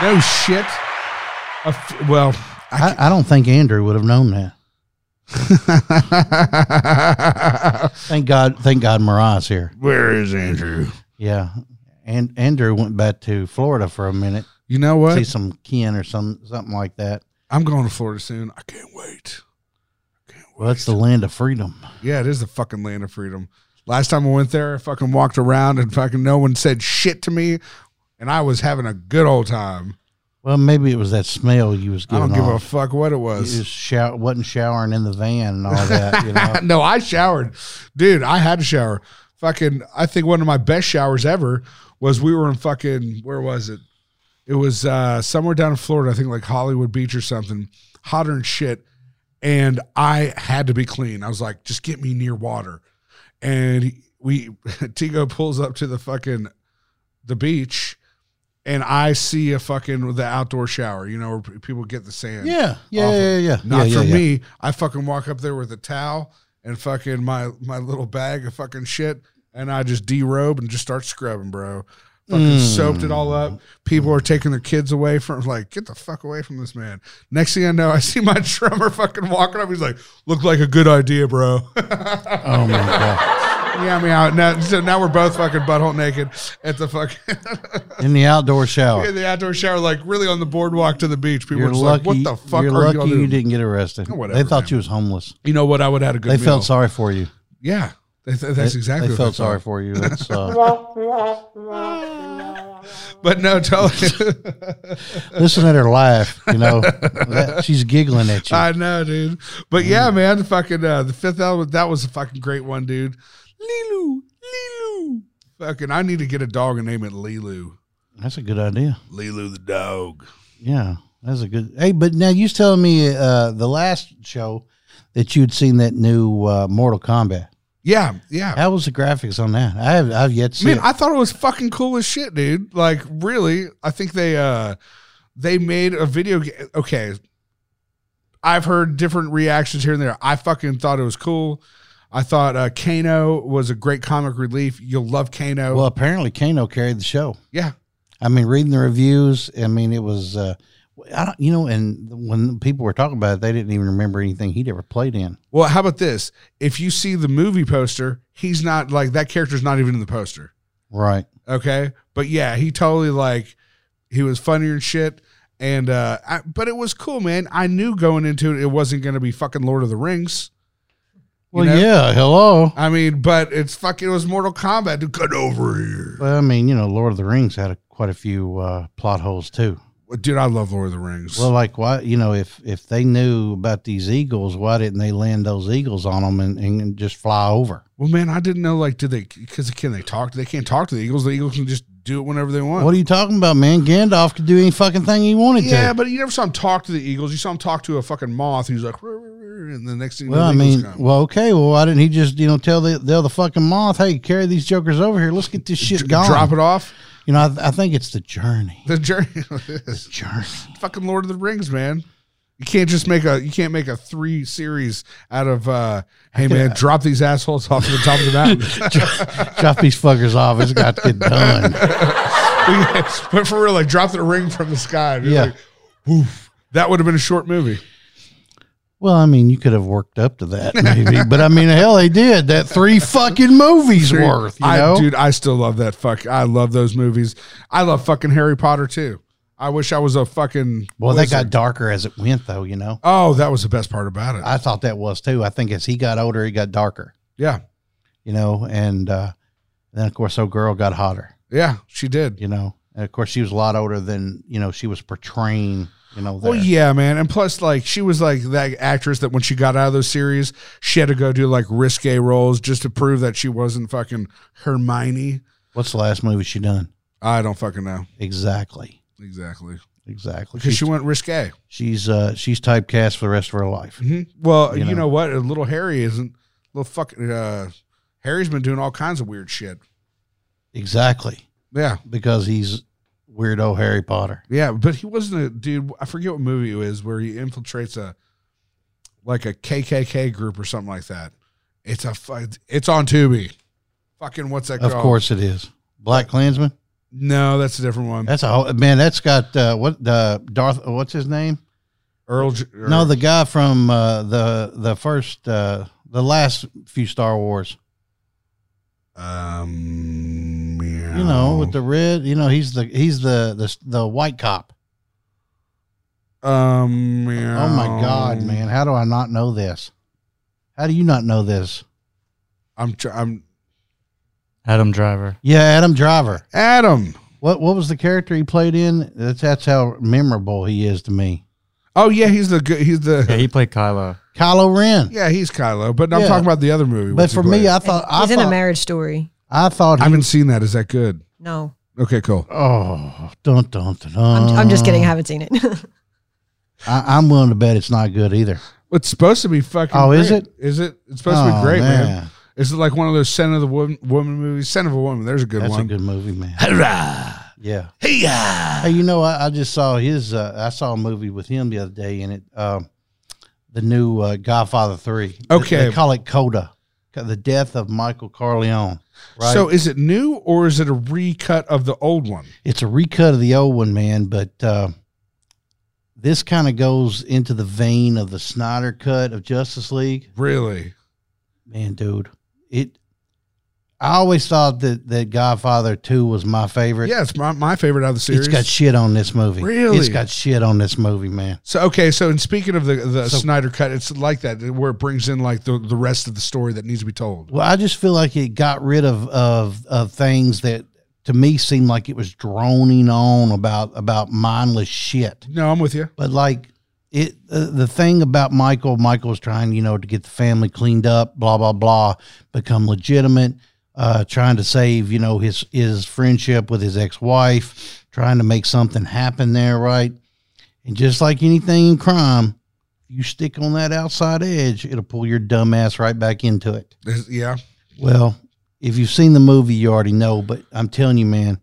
Yeah. No shit. A f- well, I, I don't think Andrew would have known that. I- Thank God thank God Mariah's here. where is Andrew? Yeah. And Andrew went back to Florida for a minute. You know what? see some kin or some something like that. I'm going to Florida soon. I can't wait. I can't Well, that's the land of freedom. Yeah, it is the fucking land of freedom. Last time I went there, I fucking walked around and fucking no one said shit to me, and I was having a good old time. Well, maybe it was that smell you was I giving don't give a off. fuck what it You was. just shower, wasn't showering in the van and all that. You know, no, I showered, dude. I had to shower. Fucking, I think one of my best showers ever was we were in fucking where was it? It was uh, somewhere down in Florida, I think like Hollywood Beach or something, hotter than shit. And I had to be clean. I was like, just get me near water. And he- we Tigo pulls up to the fucking the beach, and I see a fucking the outdoor shower. You know where p- people get the sand. yeah, yeah, Awful. yeah, yeah. Not yeah, for yeah, yeah. me. I fucking walk up there with a towel and fucking my my little bag of fucking shit, and I just derobe and just start scrubbing, bro. Fucking Mm. soaked it all up. People are taking their kids away from. Like, get the fuck away from this man. Next thing I know, I see my drummer fucking walking up. He's like, "Looked like a good idea, bro." Oh my god! yeah, I mean, I- now, so now we're both fucking butthole naked at the fucking In the outdoor shower, in the outdoor shower, like really on the boardwalk to the beach. People you're are just lucky. like, "What the fuck you're are lucky y'all you doing?" Oh, didn't get arrested. whatever, they thought man. you was homeless. You know what? I would have had a good. They meal. felt sorry for you. Yeah, that's, that's They- exactly. They felt what they sorry for you. That's, uh, But no, totally. listen at her laugh. You know, that, she's giggling at you. I know, dude. But Mm. yeah, man, the fucking uh, the fifth element. That was a fucking great one, dude. Lilu, Lilu. Fucking, I need to get a dog and name it Lilu. That's a good idea. Lilu the dog. Yeah, that's a good. Hey, but now you was telling me uh, the last show that you'd seen that new uh, Mortal Kombat. Yeah, yeah. How was the graphics on that? I have I've yet to see. Man, it. I thought it was fucking cool as shit, dude. Like, really, I think they uh they made a video. Ga- okay, I've heard different reactions here and there. I fucking thought it was cool. I thought uh, Kano was a great comic relief. You'll love Kano. well, apparently Kano carried the show. yeah, I mean, reading the reviews, I mean, it was, uh, I don't, you know, and when people were talking about it, they didn't even remember anything he'd ever played in. Well, how about this? If you see the movie poster, he's not like that character's not even in the poster. Right. Okay. But yeah, he totally like he was funnier and shit. And uh I, but it was cool, man. I knew going into it it wasn't gonna be fucking Lord of the Rings. Well, know? yeah. Hello. I mean, but it's fucking it was Mortal Kombat to cut over here. Well, I mean, you know, Lord of the Rings had a, quite a few uh, plot holes too. Dude, I love Lord of the Rings. Well, like why, you know, if if they knew about these eagles, why didn't they land those eagles on them and, and just fly over? well, man, I didn't know like did they because can they talk? They can't talk to the Eagles. The Eagles can just do it whenever they want. What are you talking about, man? Gandalf could do any fucking thing he wanted to. Yeah, but you never saw him talk to the Eagles. You saw him talk to a fucking moth who's like, "Rrr, rrr, rrr," and the next thing you know, Well, I the Eagles mean, come. well, okay. Well, why didn't he just, you know, tell the the other fucking moth, hey, carry these jokers over here. Let's get this shit gone. drop it off You know, I, I think it's the journey. the journey. The journey. fucking Lord of the Rings, man. You can't just make a you can't make a three series out of uh hey man, drop these assholes off to the top of the mountain. Drop these fuckers off. It's got to get done. but for real, like drop the ring from the sky. Dude, Yeah. like, oof. That would have been a short movie. Well, I mean, you could have worked up to that maybe, but I mean, hell, they did that three fucking movies worth. You know, I, dude, I still love that fuck. I love those movies. I love fucking Harry Potter too. I wish I was a fucking well, they wizard. got darker as it went, though. You know, Oh, that was the best part about it. I thought that was too. I think as he got older, he got darker. yeah. You know, and uh, then of course, old girl got hotter. Yeah, she did. you know. And of course, she was a lot older than you know she was portraying. You know, there. Well, yeah, man. And plus, like, she was like that actress that when she got out of those series, she had to go do like risque roles just to prove that she wasn't fucking Hermione. What's the last movie she done? I don't fucking know Exactly, exactly exactly. because She's she went risque. she's uh, she's typecast for the rest of her life. hmm Well, Mm-hmm. You you know. know. what? Little Harry isn't little fucking uh, Harry's been doing all kinds of weird shit. Exactly, Yeah, because he's weirdo Harry Potter. yeah, but he wasn't a dude. I forget what movie it was where he infiltrates a like a KKK group or something like that. It's a fu- it's on Tubi. Fucking what's that Of called? course, it is Black Klansman. No, that's a different one. That's a whole, man. That's got uh, what uh, Darth. What's his name? Earl. J- or- No, the guy from uh, the the first uh, the last few Star Wars. um, You know, with the red. You know, he's the he's the the the white cop. the um. Oh my God, man! How do I not know this? How do you not know this? I'm tr- I'm Adam Driver. Yeah, Adam Driver. Adam. What what was the character he played in? That's that's how memorable he is to me. Oh yeah, he's the good. He's the Yeah, he played Kylo. Kylo Ren. yeah. He's Kylo, but I'm Yeah. talking about the other movie. but What's he for me, played? I thought I He's in a thought, marriage story. I thought I he, haven't seen that. Is that good? No, Okay, cool. oh dun dun dun. I'm, dun. I'm just kidding. I haven't seen it. I, I'm willing to bet it's not good either. It's supposed to be fucking. Oh, is great. it? Is it? It's supposed to Oh, be great, man. Is it like one of those Son of the Woman, woman movies? Son of a Woman. There's a good That's one. a good movie, man. Yeah. Hey, you know, I, I just saw his. Uh, I saw a movie with him the other day, and it, um, the new uh, Godfather Three. They- Okay. they call it Coda, the death of Michael Corleone. Right. So is it new or is it a recut of the old one? it's a recut of the old one, man. But uh, this kind of goes into the vein of the Snyder cut of Justice League. Really? Man, dude, it. I always thought that that Godfather Two was my favorite. Yeah, it's my, my favorite out of the series. It's got shit on this movie. Really? It's got shit on this movie, man. So okay, so in speaking of the the So- Snyder cut, it's like that where it brings in like the, the rest of the story that needs to be told. Well, I just feel like it got rid of of of things that to me seemed like it was droning on about about mindless shit. No, I'm with you. But like it, uh, the thing about Michael, Michael was trying, you know, to get the family cleaned up, blah blah blah, become legitimate, uh, trying to save, you know, his his friendship with his ex wife, trying to make something happen there, right? And just like anything in crime, you stick on that outside edge, it'll pull your dumb ass right back into it. Is- Yeah, Well, if you've seen the movie, you already know. But I'm telling you, man,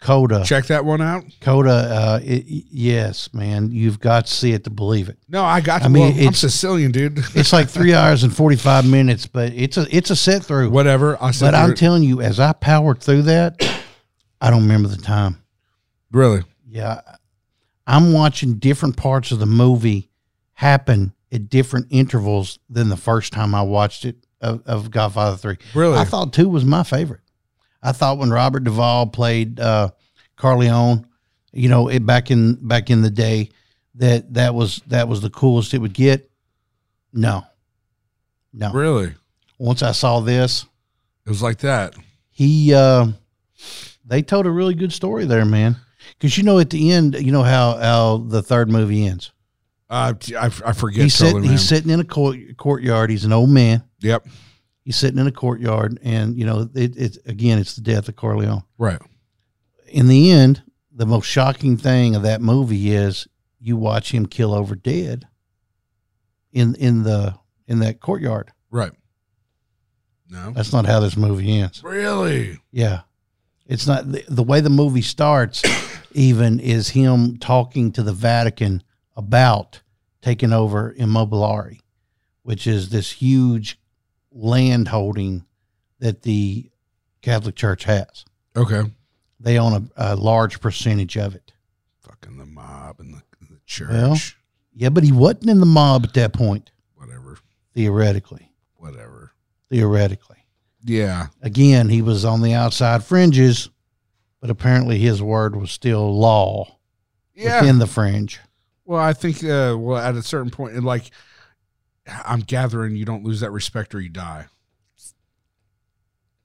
Coda, Check that one out. Coda, uh, it, yes, man, you've got to see it to believe it. No, I got. I mean, well, I'm it's- Sicilian, dude. It's like three hours and 45 minutes, but it's a it's a set through. Whatever. I said. but I'm I'm telling you, as I powered through that, I don't remember the time. really. Yeah. I'm watching different parts of the movie happen at different intervals than the first time I watched it of, of Godfather 3. Really? I thought 2 was my favorite. I thought when Robert Duvall played uh, Carleone, you know, it, back in back in the day, that that was that was the coolest it would get. No, no. Really? Once I saw this, It was like that. he uh, they told a really good story there, man. Because you know, at the end, you know how how the third movie ends. Uh, I, I forget. he's totally, sitting man. he's sitting in a court, courtyard. He's an old man. Yep. He's sitting in a courtyard, and you know, it, it's again, it's the death of Corleone. Right. In the end, the most shocking thing of that movie is you watch him kill over dead in in the in that courtyard. Right. No. That's not how this movie ends. Really? Yeah. It's not the, the way the movie starts, even is him talking to the Vatican about taking over Immobiliare, which is this huge land holding that the Catholic Church has. Okay. They own a, a large percentage of it. Fucking the mob and the, the church. Well. Yeah, but he wasn't in the mob at that point, whatever. theoretically. Whatever. Theoretically. Yeah. Again, he was on the outside fringes, but apparently his word was still law Yeah. within the fringe. Well, I think uh, well at a certain point, and like I'm gathering, you don't lose that respect or you die.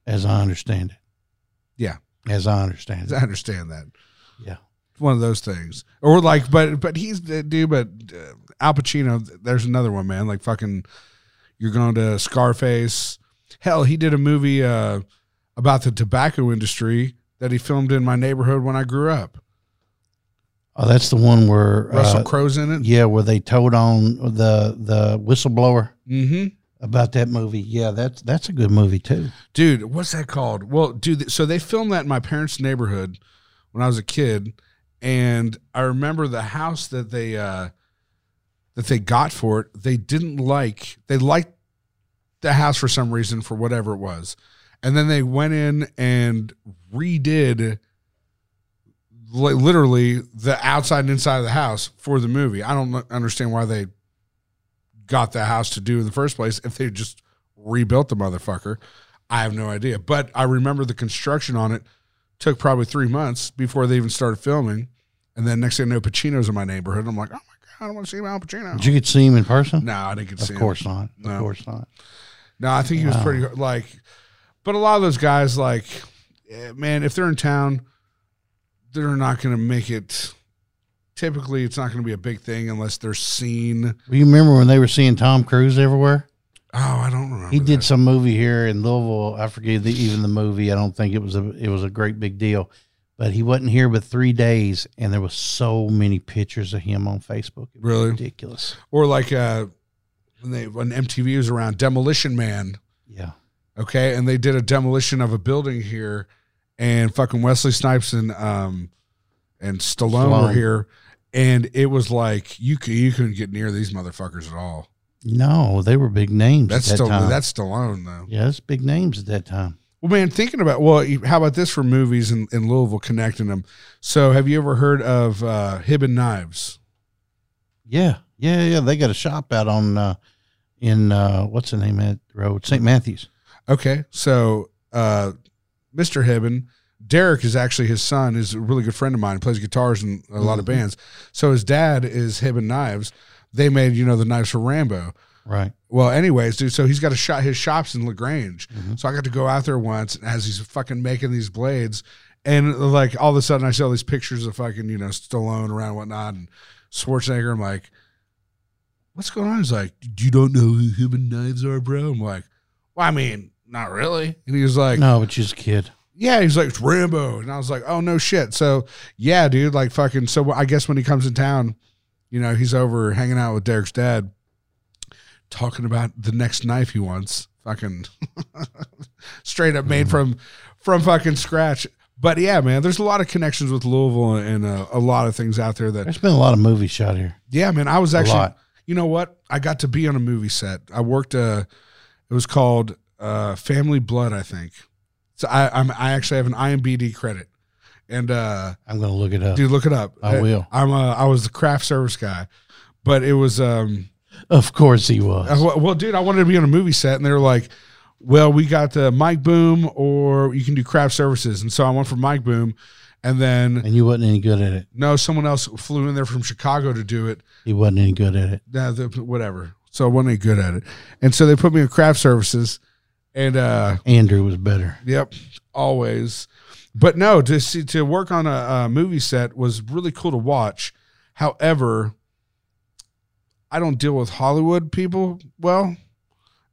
as I understand it. Yeah. As I understand I it. understand that. Yeah. It's one of those things, or like, but but he's dude, but uh, Al Pacino. There's another one, man. Like fucking, you're going to Scarface. Hell, he did a movie uh, about the tobacco industry that he filmed in my neighborhood when I grew up. Oh, that's the one where Russell uh, Crowe's in it. yeah, where they told on the the whistleblower Mm-hmm. about that movie. Yeah, that's that's a good movie too. dude what's that called well dude so they filmed that in my parents neighborhood when i was a kid and i remember the house that they uh that they got for it they didn't like they liked the house for some reason for whatever it was and then they went in and redid li- literally the outside and inside of the house for the movie i don't understand why they got the house to do in the first place if they just rebuilt the motherfucker I have no idea. But I remember the construction on it took probably three months before they even started filming. And then next thing I know, Pacino's in my neighborhood. I'm like, oh my God, I don't want to see Al Pacino. Did you get to see him in person? no, I didn't get to of see him. course not. No. Of course not. No, I think he was Wow. pretty like, but a lot of those guys, like, eh, man, if they're in town, they're not going to make it. Typically, it's not going to be a big thing unless they're seen. Well, you remember when they were seeing Tom Cruise everywhere? Oh, I don't remember. He did that. some movie here in Louisville. I forget the, even the movie. I don't think it was a it was a great big deal, but he wasn't here but three days, and there was so many pictures of him on Facebook. It was Really? ridiculous. or like uh, when they when MTV was around, Demolition Man. Yeah. okay and they did a demolition of a building here and fucking wesley snipes and um and stallone, were Stallone. here and it was like you could you couldn't get near these motherfuckers at all No, they were big names. that's at that still time. that's stallone though Yeah, that's big names at that time. well man thinking about well you- how about this for movies in, in louisville connecting them so have you ever heard of uh hibben knives Yeah, yeah, yeah. They got a shop out on uh, in uh, what's the name of that road? St. Matthews. okay so uh mr hibben derek is actually his son is a really good friend of mine plays guitars in a lot of Mhm. bands so his dad is hibben knives they made you know the knives for rambo Right. Well, anyways, dude, so he's got a shot his shops in Lagrange. Mhm. So I got to go out there once as he's fucking making these blades. And like all of a sudden I see all these pictures of fucking, you know, Stallone around and whatnot and Schwarzenegger. I'm like, what's going on? He's like, you don't know who human knives are, bro? I'm like, well, I mean, not really. And he was like, no, but she's a kid. yeah, he's like, it's Rambo. And I was like, oh, no shit. So, yeah, dude, like fucking. So, I guess when he comes in town, you know, he's over hanging out with Derek's dad, talking about the next knife he wants. Fucking straight up made from from fucking scratch. But yeah, man, there's a lot of connections with Louisville and uh, a lot of things out there that There's been a lot of movies shot here. yeah, man, I was actually. lot. You know what? I got to be on a movie set. I worked a. It was called uh, Family Blood, I think. So I I'm, I actually have an IMBD credit, and uh, I'm gonna look it up. dude, look it up. Uh, I will. I'm a. I was the craft service guy, but it was um. Of course he was. Uh, Well, well, dude, I wanted to be on a movie set, and they were like, "Well, we got the Mike Boom, or you can do craft services." And so I went for Mike Boom, and then and you wasn't any good at it. no, someone else flew in there from Chicago to do it. He wasn't any good at it. Nah, the, whatever. So I wasn't any good at it, and so they put me in craft services, and uh, Andrew was better. yep, always. But no, to see to work on a, a movie set was really cool to watch. However, I don't deal with Hollywood people well,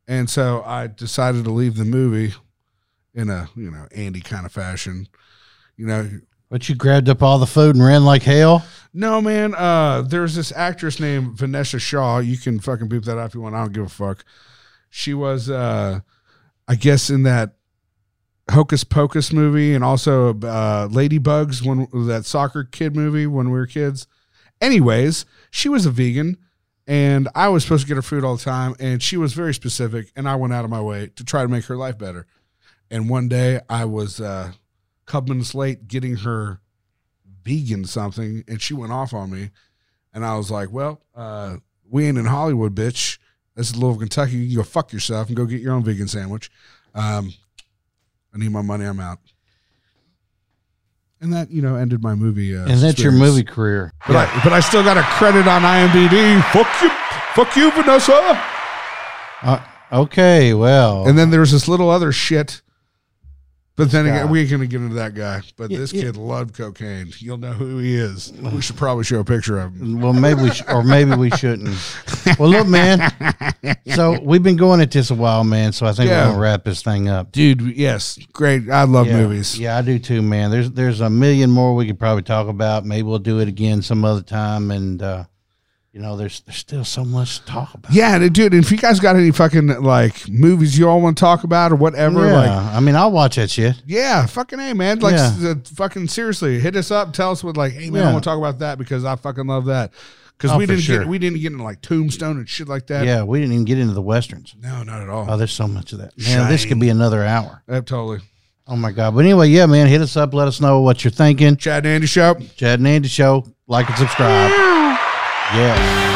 and so I decided to leave the movie in a you know Andy kind of fashion. You know, But you grabbed up all the food and ran like hell. no man. Uh, there's this actress named Vanessa Shaw. You can fucking beep that out if you want. I don't give a fuck. She was, uh, I guess, in that Hocus Pocus movie and also uh, Ladybugs, when that soccer kid movie when we were kids. Anyways, she was a vegan, and I was supposed to get her food all the time, and she was very specific, and I went out of my way to try to make her life better. And one day, I was uh, a couple minutes late getting her vegan something, and she went off on me, and I was like, "Well, uh, we ain't in Hollywood, bitch. This is Louisville, Kentucky. You can go fuck yourself and go get your own vegan sandwich." Um, I need my money. I'm out. And that you know ended my movie. Uh, and that's your experience. movie career. But, I, but I still got a credit on IMDb. Fuck you, fuck you, Vanessa. Uh, okay, well, And then there's this little other shit. But then again, Stop. we ain't gonna get into that guy. But Yeah, this yeah. kid loved cocaine. You'll know who he is. We should probably show a picture of him. well, maybe we sh- or maybe we shouldn't. Well, look, man. So we've been going at this a while, man. So I think Yeah. we're gonna wrap this thing up. Dude, yes, great. I love yeah. movies. Yeah, I do too, man. There's there's a million more we could probably talk about. Maybe we'll do it again some other time. And uh, you know, there's there's still so much to talk about. Yeah, and dude. If you guys got any fucking like movies you all want to talk about or whatever, yeah, like I mean, I'll watch that shit. yeah, fucking a man. Like Yeah. s- uh, fucking seriously, hit us up. Tell us what like, hey man, I Yeah. want to talk about that because I fucking love that. Because Oh, we for didn't sure. get we didn't get into like Tombstone and shit like that. Yeah, we didn't even get into the westerns. No, not at all. Oh, there's so much of that. Man, this Shame. could be another hour. Yep, totally. Oh my god. But anyway, yeah, man, hit us up. Let us know what you're thinking. Chad and Andy show. Chad and Andy show. Like and subscribe. Yeah.